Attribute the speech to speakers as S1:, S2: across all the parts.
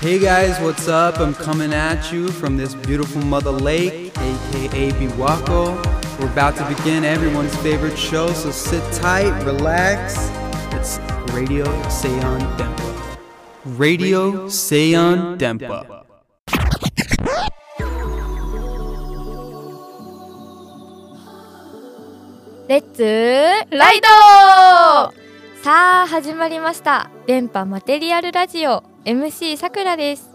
S1: Hey guys, what's up? I'm coming at you from this beautiful mother lake, aka Biwako. We're about to begin everyone's favorite show, so sit tight, relax. It's Radio Seon Dempa. Radio Seon Dempa.
S2: レッツライドさあ始まりました電波マテリアルラジオ MC さくらです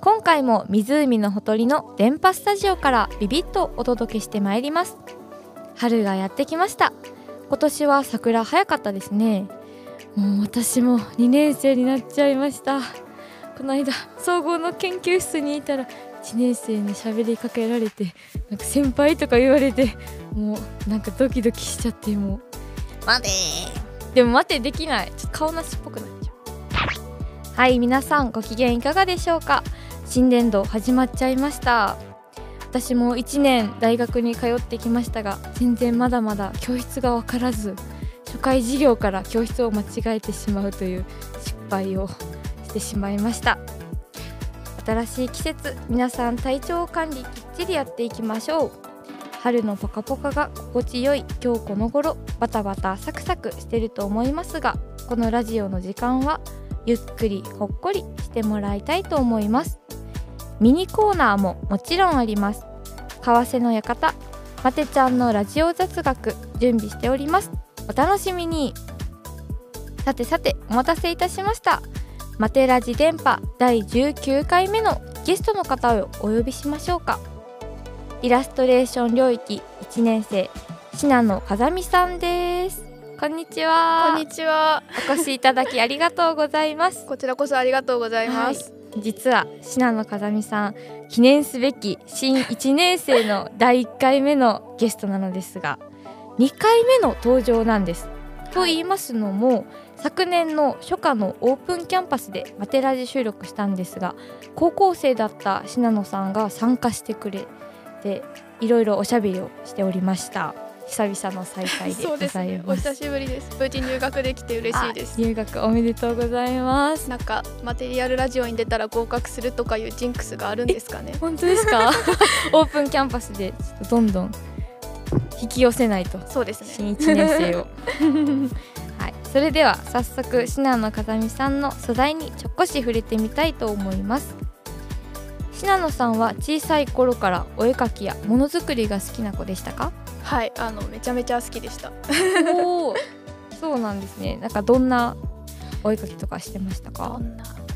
S2: 今回も湖のほとりの電波スタジオからビビッとお届けしてまいります春がやってきました今年は桜早かったですねもう私も2年生になっちゃいましたこの間総合の研究室にいたら1年生に喋りかけられてなんか先輩とか言われてもうなんかドキドキしちゃってもう待てでも待てできないちょっと顔なしっぽくなっちゃうはい皆さんご機嫌いかがでしょうか新年度始まっちゃいました私も1年大学に通ってきましたが全然まだまだ教室が分からず初回授業から教室を間違えてしまうという失敗をしてしまいました新しい季節皆さん体調管理きっちりやっていきましょう春のポカポカが心地よい今日この頃バタバタサクサクしてると思いますがこのラジオの時間はゆっくりほっこりしてもらいたいと思いますミニコーナーももちろんあります為替の館まてちゃんのラジオ雑学準備しておりますお楽しみにさてさてお待たせいたしましたマテラジ電波第19回目のゲストの方をお呼びしましょうかイラストレーション領域1年生信野風美さんですこんにちは
S3: こんにちは。
S2: お越しいただきありがとうございます
S3: こちらこそありがとうございます。
S2: 実は信野風美さん記念すべき新1年生の第1回目のゲストなのですが2回目の登場なんです。と言いますのも昨年の初夏のオープンキャンパスでマテラジ収録したんですが高校生だった信野さんが参加してくれていろいろおしゃべりをしておりました久々の再会で
S3: そ
S2: ご
S3: うです
S2: ざい
S3: ね。お
S2: ます。
S3: 久しぶりです。無事入学できて嬉しいです
S2: あ。入学おめでとうございます。
S3: なんかマテリアルラジオに出たら合格するとかいうジンクスがあるんですかね。
S2: 本当です かオープンキャンパスでちょっとどんどん引き寄せないと
S3: そうですね。
S2: 新1年生を はいそれでは早速信濃風見さんの素材にちょっこし触れてみたいと思います信濃さんは小さい頃からお絵描きやものづくりが好きな子でしたか
S3: はい、あのめちゃめちゃ好きでした。
S2: おお そうなんですねなんかどんなお絵描きとかしてましたか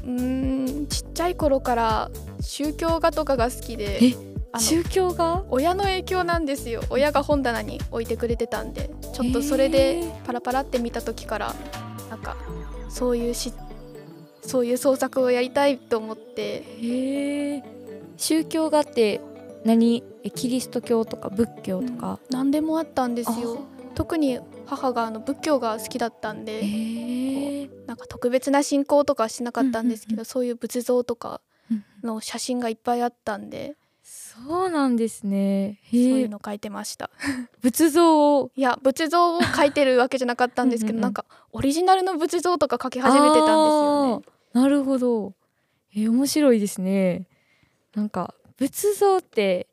S3: うーん、ちっちゃい頃から宗教画とかが好きで
S2: え、
S3: あの
S2: 宗教が
S3: 親の影響なんですよ。親が本棚に置いてくれてたんで、ちょっとそれ
S2: へ
S3: で
S2: ー
S3: パラパラって見た時からなんかそういうし、そういう創作をやりたいと思って。
S2: へえ宗教があって何えキリスト教とか仏教とか、
S3: 何でもあったんですよ
S2: あ
S3: 特に母があの仏教が好きだったんで、
S2: へえ
S3: なんか特別な信仰とかはしなかったんですけ
S2: う
S3: ど、
S2: んうんう
S3: そういう仏像とかの写真がいっぱいあったんで、
S2: そうなんですね
S3: そう
S2: へ
S3: い
S2: え
S3: うの描いてました
S2: 仏像を
S3: いや仏像を描いてるわけじゃなかったんですけ
S2: うんうんう
S3: ど
S2: ん
S3: なんかオリジナルの仏像とか描き始めてたんですよね
S2: あーなるほどえー面白いですねなんか仏像って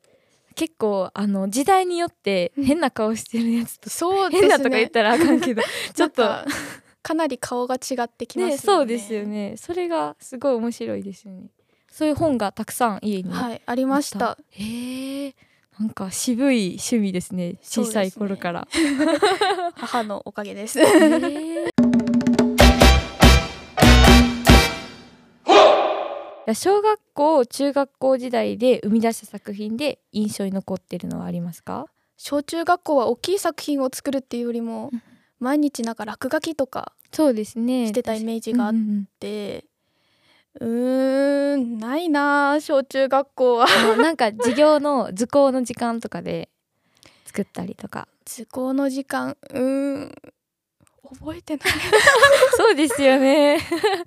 S2: 結構あの時代によって変な顔してるやつと、
S3: そうです
S2: 変
S3: ね
S2: なとか言ったらあかんけ どちょっと
S3: なんかかなり顔が違ってきますよね
S2: ねそうですよねそれがすごい面白いですよねそういう本がたくさん家に
S3: はいありました
S2: へえなんか渋い趣味ですね
S3: そう
S2: 小
S3: ですね
S2: さい頃から、
S3: 母のおかげ です
S2: へえいや小学校中学校時代で生み出した作品で印象に残ってるのはありますか
S3: 小中学校は大きい作品を作るっていうよりも
S2: うん
S3: 毎日なんか落書きとか
S2: そうですね
S3: してたイメージがあっ
S2: うんうん
S3: てうーんないなあ小中学校は
S2: うんあのなんか授業の図工の時間とかで作ったりとか
S3: 図工の時間うーん覚えてない
S2: そうですよね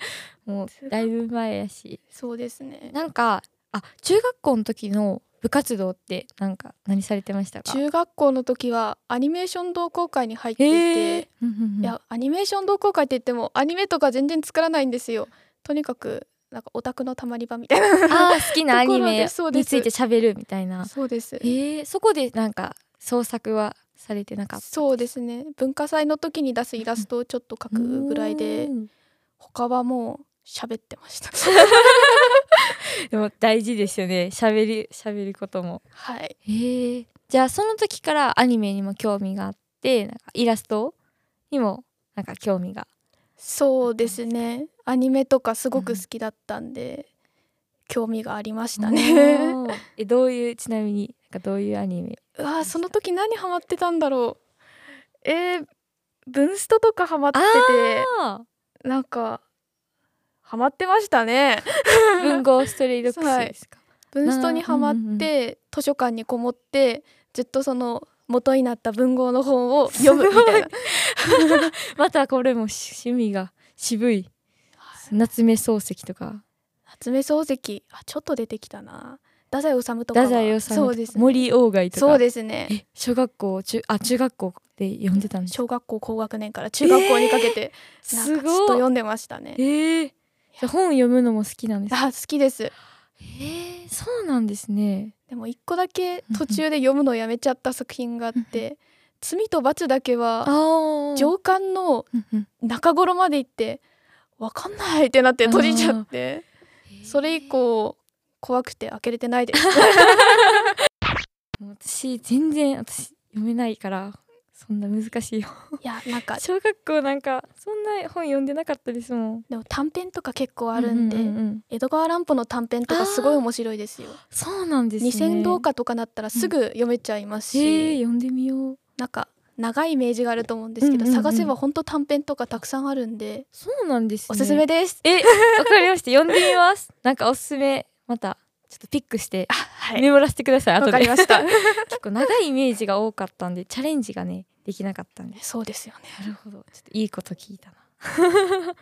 S2: もうだいぶ前やし
S3: そうですね
S2: なんかあ中学校の時の部活動ってなんか何されてましたか
S3: 中学校の時はアニメーション同好会に入って
S2: へ
S3: い
S2: え
S3: ていやアニメーション同好会って言ってもアニメとか全然作らないんですよとにかくなんかオタクのたまり場みたい
S2: あー好きなアニ
S3: ところ
S2: メ
S3: ですそうで
S2: に
S3: す
S2: ついて喋るみたいな
S3: なそう です
S2: えー、そこでなんか創作はされてなかった
S3: そうですね文化祭の時に出すイラストをちょっと描くぐらいで
S2: うん
S3: 他はもう喋って ました
S2: でも大事ですよね喋り喋ることも
S3: はい
S2: えー、じゃあその時からアニメにも興味があってなんかイラストにもなんか興味が
S3: そうですねアニメとかすごく好きだったんで、興味がありましたね
S2: おー えどういうちなみになんかどういうアニメ
S3: うわーその時何ハマってたんだろうえー、文ストとかハマって
S2: あ
S3: てなんかハマってましたね
S2: ー文豪ストレイドックス
S3: はい
S2: ですか、
S3: 文ストにハマって、
S2: うんうんうん
S3: 図書館にこもってずっとその元になった文豪の本を読むみたい な
S2: またこれも趣趣味が渋い夏目漱石とか
S3: 夏目漱石あちょっと出てきたな太宰治とかは
S2: 太宰治
S3: そ
S2: と
S3: う
S2: か
S3: ですね
S2: 森鴎外とか
S3: そうですね
S2: え小学校中あ中学校で読んでたんです
S3: 小学校高学年から中学校にかけて、なん
S2: す
S3: かずっと
S2: ごい
S3: 読んでましたね
S2: えー、じゃあ本読むのも好きなんですか
S3: あ好きです
S2: えー、そうなんですね
S3: でも一個だけ途中で読むのをやめちゃった作品があって「罪と罰」だけは
S2: あ上
S3: 上巻の中頃まで行って分かんないってなって閉じちゃってそれ以降怖くて開けれてな いです
S2: もう私全然私読めないからそんな難しい本
S3: いやなんか
S2: 小学校なんかそんな本読んでなかったですもん
S3: でも短編とか結構あるんで、
S2: ううううん
S3: 江戸川乱歩の短編とかすごい面白いですよ
S2: そうなんですね
S3: 二千動画とかなったらすぐ読めちゃいます
S2: えー、
S3: し、
S2: 読んでみよう
S3: なんか長いイメージがあると思うんですけ
S2: う
S3: ど、
S2: んうんうん
S3: 探せば本当短編とかたくさんあるんで
S2: そうなんですね
S3: おすすめです、
S2: えわかりました読んでみます なんかおすすめまたちょっとピックして
S3: は
S2: 眠らせてください後
S3: わ
S2: で
S3: かりました
S2: 結構長いイメージが多かったんでチャレンジがねできなかったんです
S3: そうですよね
S2: なるほどちょっといいこと聞いたな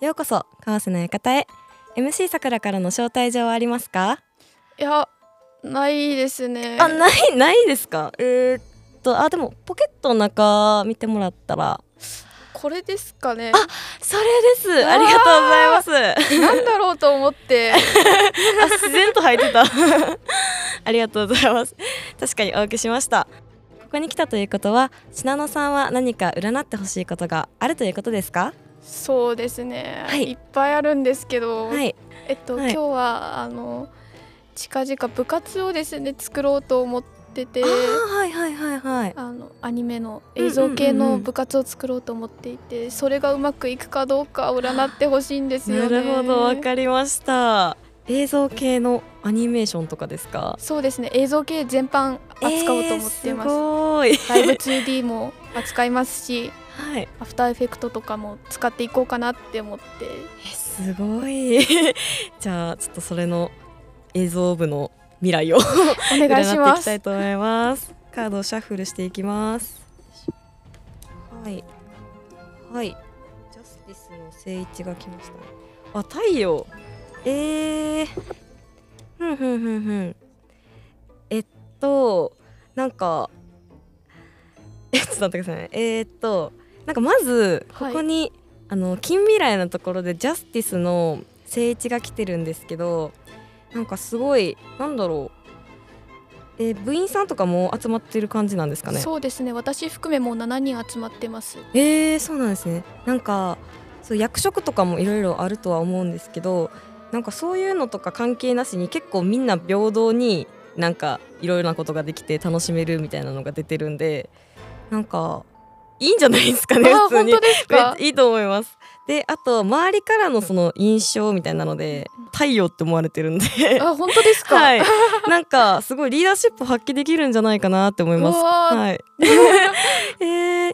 S4: ようこそ川瀬の館へ MC さくらからの招待状はありますか、
S3: いやないですね
S4: あないないですかえーっとあでもポケットの中見てもらったら
S3: これですかね
S4: それですありがとうござい ます
S3: なんだろうと思って
S4: あ自然と履いてた ありがとうございます確かにお受けしましたここに来たということは信濃さんは何か占ってほしいことがあるということですか
S3: そうですね、
S4: はい
S3: い、っぱいあるんですけど、
S4: はい
S3: えっと、
S4: はい
S3: 今日はあの近々部活をですね作ろうと思ってて
S4: あーはいはいはいはい
S3: あのアニメの映像系
S4: うんうんうんう
S3: の
S4: ん
S3: 部活を作ろうと思っていて、それがうまくいくかどうか占ってほしいんですよ
S4: な
S3: ね。
S4: るほどわかりました映像系のアニメーションとかですか
S3: そうですね映像系全般扱おうと思ってます。
S4: えーすごい
S3: ライブ 2D も扱いますし
S4: はい
S3: アフターエフェクトとかも使っていこうかなって思って
S4: えすごい じゃあちょっとそれの映像部の未来を
S3: お願いし
S4: 占っ
S3: ま
S4: ていきた
S3: す
S4: いと思いますカードをシャッフルしていきますはいはいジャスティスの聖一が来ましたねあ太陽えー、ふんふんふんふんえっとなんか えちょっと待ってくださいねえー、っとなんかまずこ
S3: はい
S4: こに、あの近未来のところでジャスティスの聖一が来てるんですけどなんかすごいなんだろう、えー部員さんとかも集まってる感じなんですかね
S3: そうですね私含めもう7人集まって ます
S4: えー、そうなんですねなんかそう役職とかもいろいろあるとは思うんですけどなんかそういうのとか関係なしに結構みんな平等になんかいろいろなことができて楽しめるみたいなのが出てるんでなんかいいんじゃないですか
S3: あ
S4: ね普通
S3: 本
S4: に
S3: 当ですか
S4: めっちゃいいと思いますであと周りからのその印象みたいなので太陽って思われてるんで
S3: あ本当ですか、
S4: はいなんかすごいリーダーシップ発揮できるんじゃないかなって思いうます
S3: わー
S4: はい。 えー、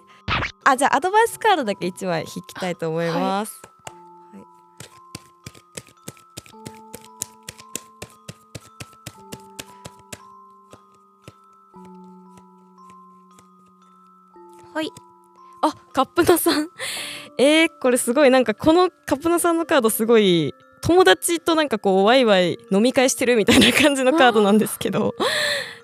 S4: あじゃあアドバイスカードだけ一枚引きたいと思います。はい。はい。あカップナさん。 えー、これすごいなんかこのカップナさんのカードすごい。友達となんかこうワイワイ飲み会してるみたいな感じのカードなんですけど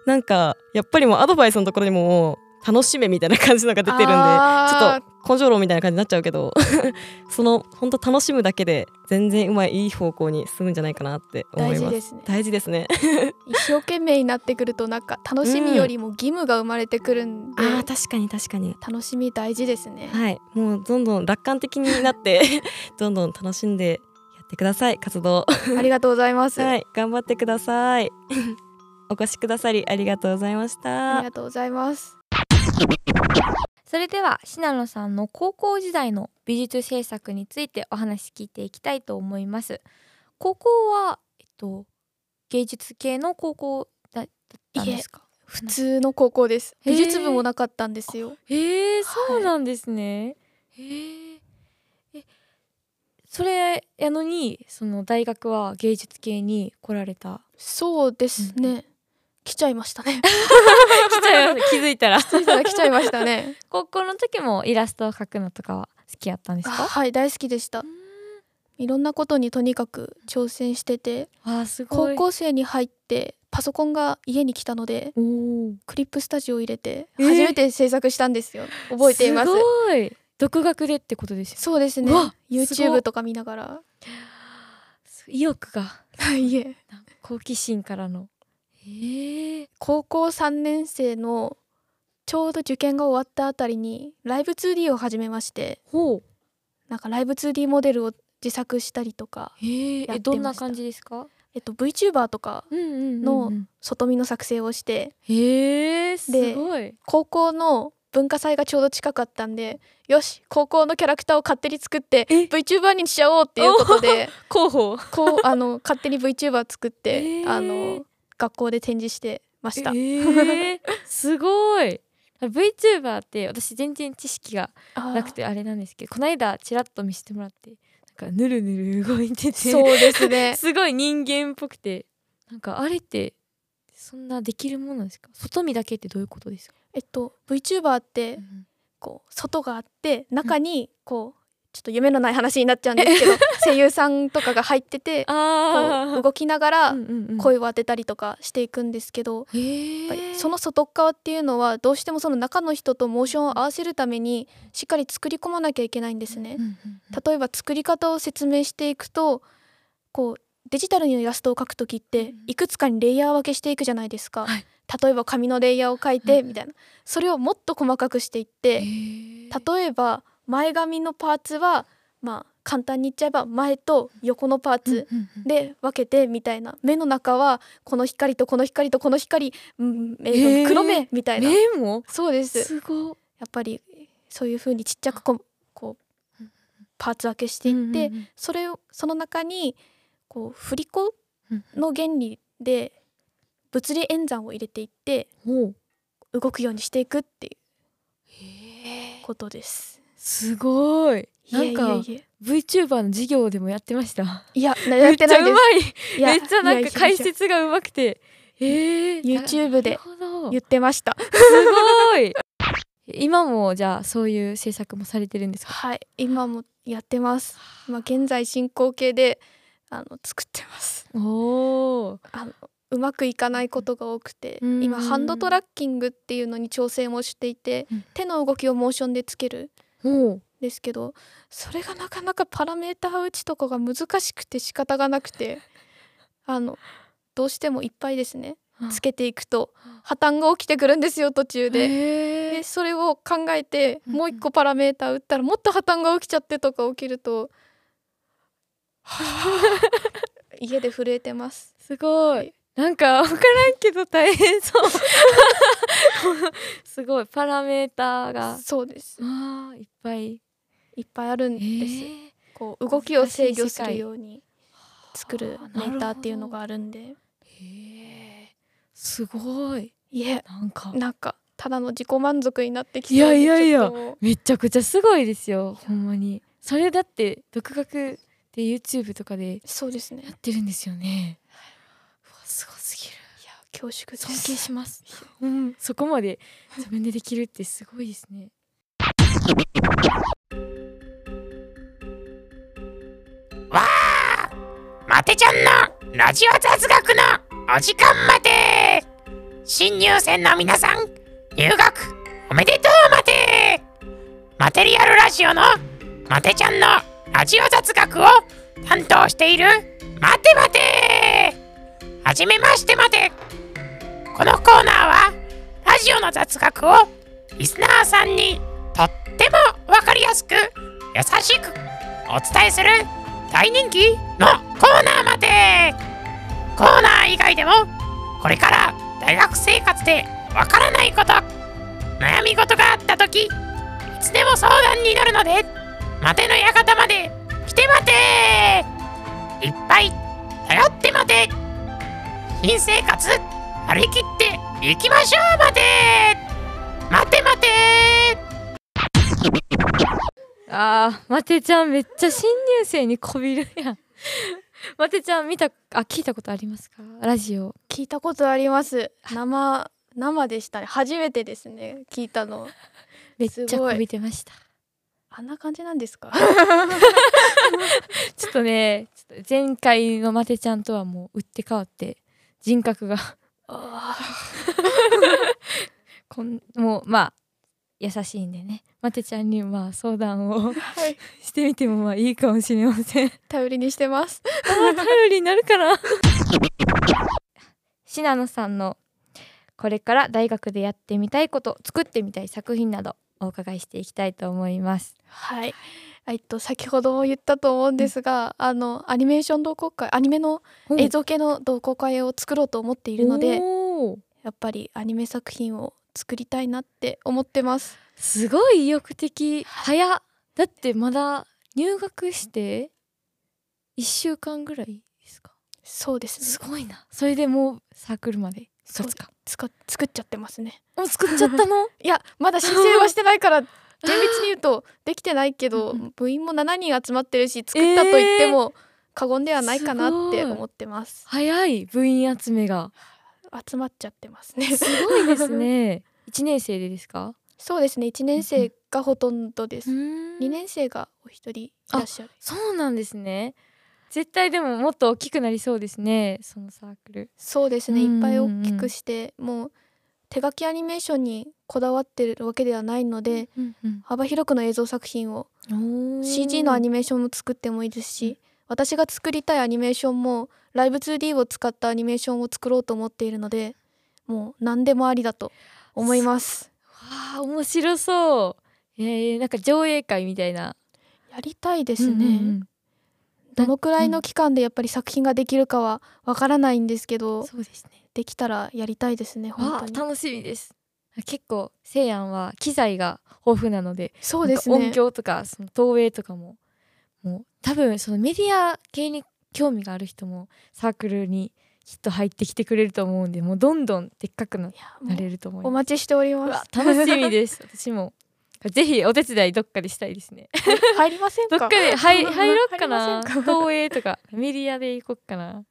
S4: なんかやっぱりもうアドバイスのところにも楽しめみたいな感じのが出てるんでちょっ
S3: あー
S4: と根性論みたいな感じになっちゃうけど その本当楽しむだけで全然うまいいい方向に進むんじゃないかなって思い
S3: 大
S4: ます
S3: 事ですね
S4: 大事ですね
S3: 一生懸命になってくるとなんか楽しみよりも義務が生まれてくるんで、
S4: あー確かに確かに
S3: 楽しみ大事ですね、
S4: はいもうどんどん楽観的になって どんどん楽しんでやってください活動
S3: ありがとうございます、
S4: はい頑張ってください お越しくださりありがとうございまし
S3: あ
S4: た
S3: りがとうございます
S2: それでは信濃さんの高校時代の美術制作についてお話聞いていきたいと思います高校はえっと芸術系の高校だだったんですか
S3: 普通の高校です
S2: へー
S3: 美術部もなかったんですよ
S2: へえ
S3: そう
S2: なんですね、へええそれやのにその大学は芸術系に来られ た
S3: そうですね、来ちゃいましたね
S2: 来ちゃい ました気づいたら
S3: 来ちゃいましたね
S2: 高校の時もイラストを描くのとかは好きやったんです
S3: あ
S2: か
S3: はい大好きでしたいろんなことにとにかく挑戦してて
S2: わあす
S3: 高校生に入ってパソコンが家に来たので
S2: おー
S3: クリップスタジオを入れて
S2: えー
S3: 初めて制作したんですよ、覚えています
S2: すごい独学でってことですよ
S3: そうですね
S2: うわすごっ
S3: YouTube とか見ながら
S2: 意欲が
S3: いえ
S2: なんか好奇心からのへえ
S3: 高校3年生のちょうど受験が終わったあたりにライブ 2D を始めまして
S2: ほう
S3: なんかライブ 2D モデルを自作したりとか、
S2: へ
S3: やってま
S2: え
S3: した
S2: どんな感じですか
S3: えっと、VTuber とか
S2: うんうんうん
S3: の外見の作成をして
S2: へえす
S3: で
S2: ごい
S3: 高校の文化祭がちょうど近かったんでよし高校のキャラクターを勝手に作って
S2: え
S3: VTuber にしちゃおうっていうことで
S2: 広報
S3: こうあの勝手に VTuber 作って、
S2: へー
S3: あの学校で展示してました。
S2: ええすごい VTuber って私全然知識がなくてあれなんですけどこの間ちらっと見せてもらってなんかぬるぬる動いて
S3: あ
S2: て
S3: ーそうですね
S2: すごい人間っぽくてなんかあれってそんなできるものなんですか外見だけってどういうことですか、
S3: えっと VTuber ってこう外があって中にこうちょっと夢のない話になっちゃうんですけ ど声優さんとかが入っててこ
S2: あ
S3: う動きながら
S2: うんうんうん
S3: 声を当てたりとかしていくんですけど、
S2: へ
S3: やっぱり
S2: ー
S3: その外側っていうのはどうしてもその中の人とモーションを合わせるためにしっかり作り込まなきゃいけないんですね
S2: うん。うん
S3: 例えば作り方を説明していくとこうデジタルのイラストを描くときっていくつかにレイヤー分けしていくじゃないですか、
S2: はい
S3: 例えば紙のレイヤーを描いてみたいなそれをもっと細かくしていって
S2: うんへー
S3: 例えば前髪のパーツはまあ簡単に言っちゃえば前と横のパーツ
S2: うんうんうん
S3: で分けてみたいな目の中はこの光とこの光とこの光、うんえーと
S2: へー
S3: 黒目みたいな
S2: 目も
S3: そうです
S2: すご
S3: やっぱりそういう風にちっちゃくこうこうパーツ分けして
S2: い
S3: いって
S2: うんうん
S3: それをその中にこう振り子
S2: うん
S3: の原理で物理演算を入れていって
S2: うんほう
S3: 動くようにしていくっていうことです。
S2: すごいなん
S3: い
S2: か
S3: えいえいえ
S2: VTuber の授業でもやってました
S3: いやなやってないです。い
S2: めっちゃうま
S3: や
S2: いめっちゃないんか
S3: やい
S2: 解
S3: や
S2: 説がうまくてええ
S3: YouTube で
S2: なるほど
S3: 言ってました。
S2: すごい 今もじゃあそういう制作もされてるんですか
S3: はい、今もやってます。今現在進行形であの作ってます。
S2: おお
S3: あのうまくいかないことが多くて、
S2: うん
S3: 今ハンドトラッキングっていうのに挑戦をしていて、
S2: うん
S3: 手の動きをモーションでつける
S2: おう
S3: ですけどそれがなかなかパラメーター打ちとかが難しくて仕方がな くてあのどうしてもいっぱいですねつけていくと破綻が起きてくるんですよ途中で。
S2: へ
S3: で
S2: ー
S3: それを考えて
S2: うんうん
S3: もう一個パラメーター打ったらもっと破綻が起きちゃってとか起きると、 家で震えてます。
S2: すご
S3: はい
S2: なんか分からんけど大変そう すごいパラメーターが
S3: そうです。
S2: あーいっぱい
S3: いっぱいあるん
S2: で
S3: です。こう動きを制御す
S2: 難しい世界
S3: るように作るメーターっていうのがあるんで、
S2: すごい
S3: いえ
S2: なんか
S3: なんかただの自己満足になってきて
S2: いやいやいや
S3: ちょっともう
S2: めちゃくちゃすごいですよほんまにそれだって独学で YouTube とかで
S3: そうですねい
S2: や
S3: や
S2: ってるんですよねうわすごすぎる
S3: 恐縮です
S2: 尊敬します、うん、そこまで自分でできるってすごいですね
S5: マテちゃんのラジオ雑学のお時間まで新入生の皆さん入学おめでとうマテマテリアルラジオのマテちゃんのラジオ雑学を担当しているマテマテはじめましてマテこのコーナーはラジオの雑学をリスナーさんにとってもわかりやすく優しくお伝えする大人気のコーナーまでコーナー以外でもこれから大学生活でわからないこと悩み事があった時いつでも相談になるので待ての館まで来て待ていっぱい頼って待て新生活張り切っていきましょう待て待て待て
S2: あーマテちゃんめっちゃ新入生にこびるやん マテちゃん見たあ聞いたことありますかラジオ
S3: 聞いたことあり ます生生でしたね初めてですね聞いたの
S2: めっち
S3: す
S2: ゃ
S3: ご
S2: こ
S3: い
S2: びてました
S3: あんな感じなんですか
S2: ちょっとねちょっと前回のマテちゃんとはもう打って変わって人格が こんもうまあ優しいんでねマテちゃんにまあ相談を
S3: はい
S2: してみてもまあいいかもしれません
S3: 頼りにしてます
S2: あー頼りになるかな信濃さんのこれから大学でやってみたいこと作ってみたい作品などお伺いしていきたいと思います
S3: はいえっと先ほども言ったと思うんですが、あのアニメーション同好会アニメの映像系の同好会を作ろうと思ってい
S2: い
S3: るのでやっぱりアニメ作品を作りたいなって思ってます
S2: すごい意欲的早っだってまだ入学して1週間ぐらいですか
S3: そうですね
S2: すごいなそれでもうサークルまで
S3: そう
S2: 卒か
S3: つか作っちゃってますね
S2: もう作っちゃった の
S3: いやまだ申請はしてないから 厳密に言うとできてないけど
S2: うんう
S3: 部員も7人集まってるし作ったと言っても過言ではないかなって
S2: すごい
S3: 思ってます、
S2: 早い部員集めが
S3: 集まっちゃってますね
S2: すごいです ね1年生でですか
S3: そうですね1年生がほとんどです
S2: 2
S3: 2年生がお一人いらっしゃる
S2: そうなんですね絶対でももっと大きくなりそうですねそのサークル
S3: そうですね
S2: うん
S3: いっぱい大きくしてもう手書きアニメーションにこだわってるわけではないので幅広くの映像作品を CG のアニメーションも作ってもいいですし、私が作りたいアニメーションもライブ 2D を使ったアニメーションを作ろうと思っているのでもう何でもありだと思います
S2: わあ面白そうえー、なんか上映会みたいな
S3: やりたいで
S2: です
S3: ね、どのくらいの期間でやっぱり作品ができるかはわからないんですけど
S2: そうですね
S3: できたらやりたいですね
S2: わ
S3: 本
S2: あ
S3: 当に
S2: 楽しみです結構せいやんは機材が豊富なので
S3: そうです
S2: なんか
S3: ね
S2: 音響とかその投影とかももう多分そのメディア系に興味がある人もサークルにきっと入ってきてくれると思うんでもうどんどんでっかくない
S3: やも
S2: な
S3: う
S2: れると思い
S3: お
S2: ます
S3: 待ちしており
S2: う
S3: ま
S2: わ
S3: す
S2: 楽しみです私もぜひお手伝いどっかでしたいですね
S3: 入りません
S2: ど
S3: か
S2: っかで入入ろっか
S3: 入
S2: な
S3: りませ んか
S2: 東映とかメディアで行こっかな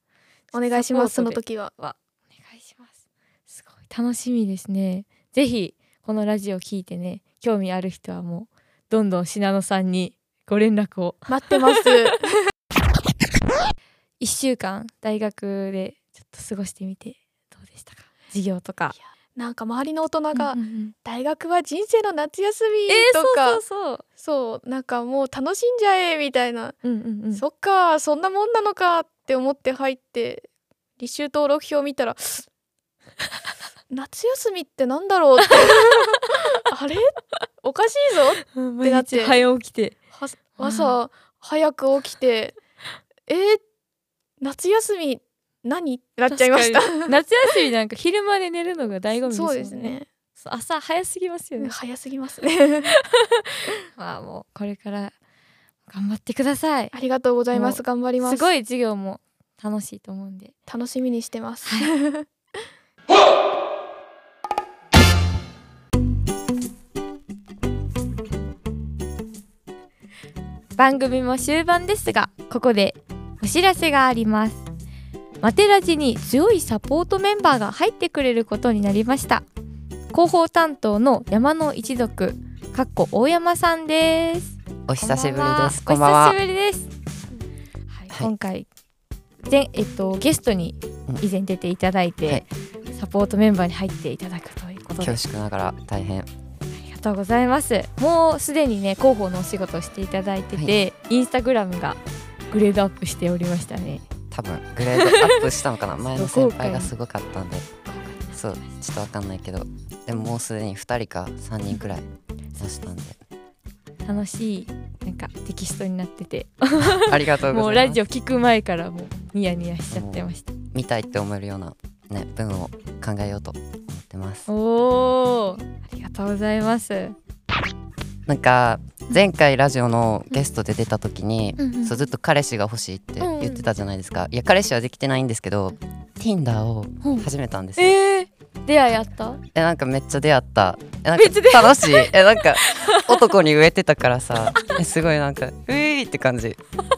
S3: お願いしますそ
S2: サポ
S3: の
S2: ートで
S3: 時は
S2: お願いしますすごい楽しみですねぜひこのラジオ聞いてね興味ある人はもうどんどん信濃さんにご連絡を
S3: 待っ てます
S2: 1週間大学でちょっと過ごしてみてどうでしたか授業とか
S3: なんか周りの大人が
S2: うんうんうん
S3: 大学は人生の夏休み
S2: えー、
S3: とか、
S2: そうそうそう
S3: そうなんかもう楽しんじゃえみたいな、
S2: うんうんうん
S3: そっかそんなもんなのかって思って入って履修登録表 見たら夏休みってなんだろうって あれおかしいぞ
S2: うん
S3: ってな
S2: 毎
S3: って
S2: 日早起きて
S3: は朝早く起きてえー夏休み何ってなっちゃいました
S2: 確かに夏休みなんか昼間で寝るのが醍醐味ですもんね
S3: そうですね
S2: そう朝早すぎますよね、
S3: 早すぎますね
S2: まあもうこれから頑張ってください
S3: ありがとうございます頑張ります
S2: すごい授業も楽しいと思うんで
S3: 楽しみにしてます、
S2: 番組も終盤ですがここでお知らせがありますマテラジに強いサポートメンバーが入ってくれることになりました広報担当の山野一族かっこ大山さんです
S6: お久しぶりです。
S2: こ
S6: こ
S2: ん
S6: ん
S2: ば
S6: ば
S2: んはお
S6: んは。
S2: 久しぶりです。はい、
S6: はい
S2: 今回前えっとゲストに以前出ていただいて、
S6: はい
S2: サポートメンバーに入っていただくということで
S5: 恐縮ながら大変
S2: ありがとうございますもうすでにね広報のお仕事をしていただいてて、インスタグラムがグレードアップしておりましたね
S5: 多分グレードアップしたの かな前の先輩が
S2: す
S5: すごかったんでそうちょっとわかんないけどでももうすでに2人か3人くらい出したんで
S2: 楽しいなんかテキストになってて
S5: ありがとうございます
S2: もうラジオ聞く前からもうニヤニヤしちゃってました
S5: 見たいって思えるようなね文を考えようと思ってます
S2: おーありがとうございます
S5: なんか前回ラジオのゲストで出た時に、
S2: うんうん
S5: そうずっと彼氏が欲しいって
S2: うんうん
S5: 言ってたじゃないですか、いや彼氏はできてないんですけど Tinder を始めたんですよ、
S2: えー、出会いあった
S5: えなんかめっちゃ出会ったえなん
S2: めっちゃ出
S5: か楽しいえなんか男に植えてたからさえすごいなんかういーって感じ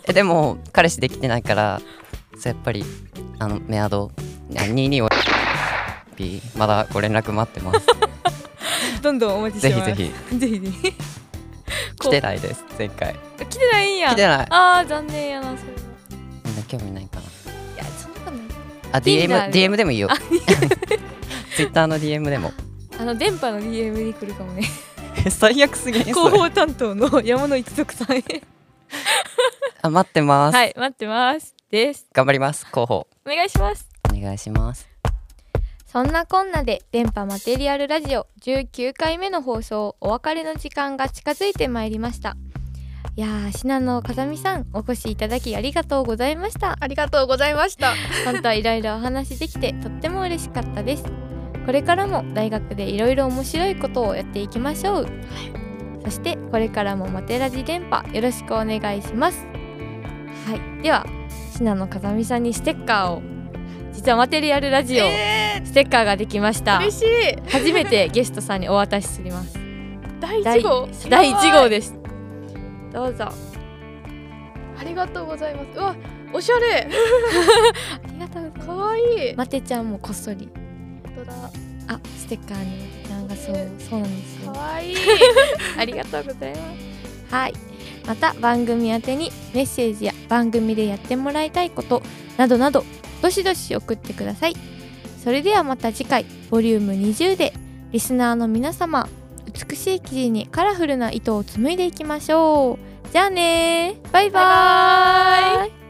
S5: えでも彼氏できてないからそうやっぱりあのメアドあ22を B まだご連絡待っ てます
S2: どんどんお待ち
S5: ぜ
S2: して
S5: ひ
S2: ます
S5: ぜひ
S2: ひぜひぜひ
S5: 来てないです前回
S2: 来てないんや
S5: 来てない
S2: あー残念やなそれは
S5: みんな興味ないかない
S2: やそんなことない
S5: あ
S2: Tinder
S5: DM, DM でもいい よ Twitter の DM で も
S2: あの電波の DM に来るかもね
S5: 最悪すぎねそ
S2: 広
S5: れ
S2: 報担当の山野一族さんへ
S5: あ待ってます、
S2: はい待ってますです
S5: 頑張ります広報
S2: お願いします
S5: お願いします
S2: そんなこんなで電波マテリアルラジオ19回目の放送お別れの時間が近づいてまいりましたいやー信濃風見さんお越しいただきありがとうございました
S3: ありがとうございました。
S2: 本当はいろいろお話できてとっても嬉しかったですこれからも大学でいろいろ面白いことをやっていきましょう、そしてこれからもマテラジ電波よろしくお願いしますはいでは信濃風見さんにステッカーを実はマテリアルラジオ、ステッカーができました
S3: 嬉しい。
S2: 初めてゲストさんにお渡しすります。
S3: 第
S2: 第
S3: 一号。
S2: 第一号です。どうぞ。あ
S3: ありがとうございます。うわ、おしゃれ。
S2: りがとうございます。
S3: 可愛い。
S2: マテちゃんもこっそり。
S3: 本当だ。
S2: あ、ステッカーになんかそう、そうなんですよ。
S3: 可愛い。
S2: ありがとうございます。はい。また番組宛てにメッセージや番組でやってもらいたいことなどなどどしどし送ってください。それではまた次回ボリューム20でリスナーの皆様美しい生地にカラフルな糸を紡いでいきましょう。じゃあねーバイバーイ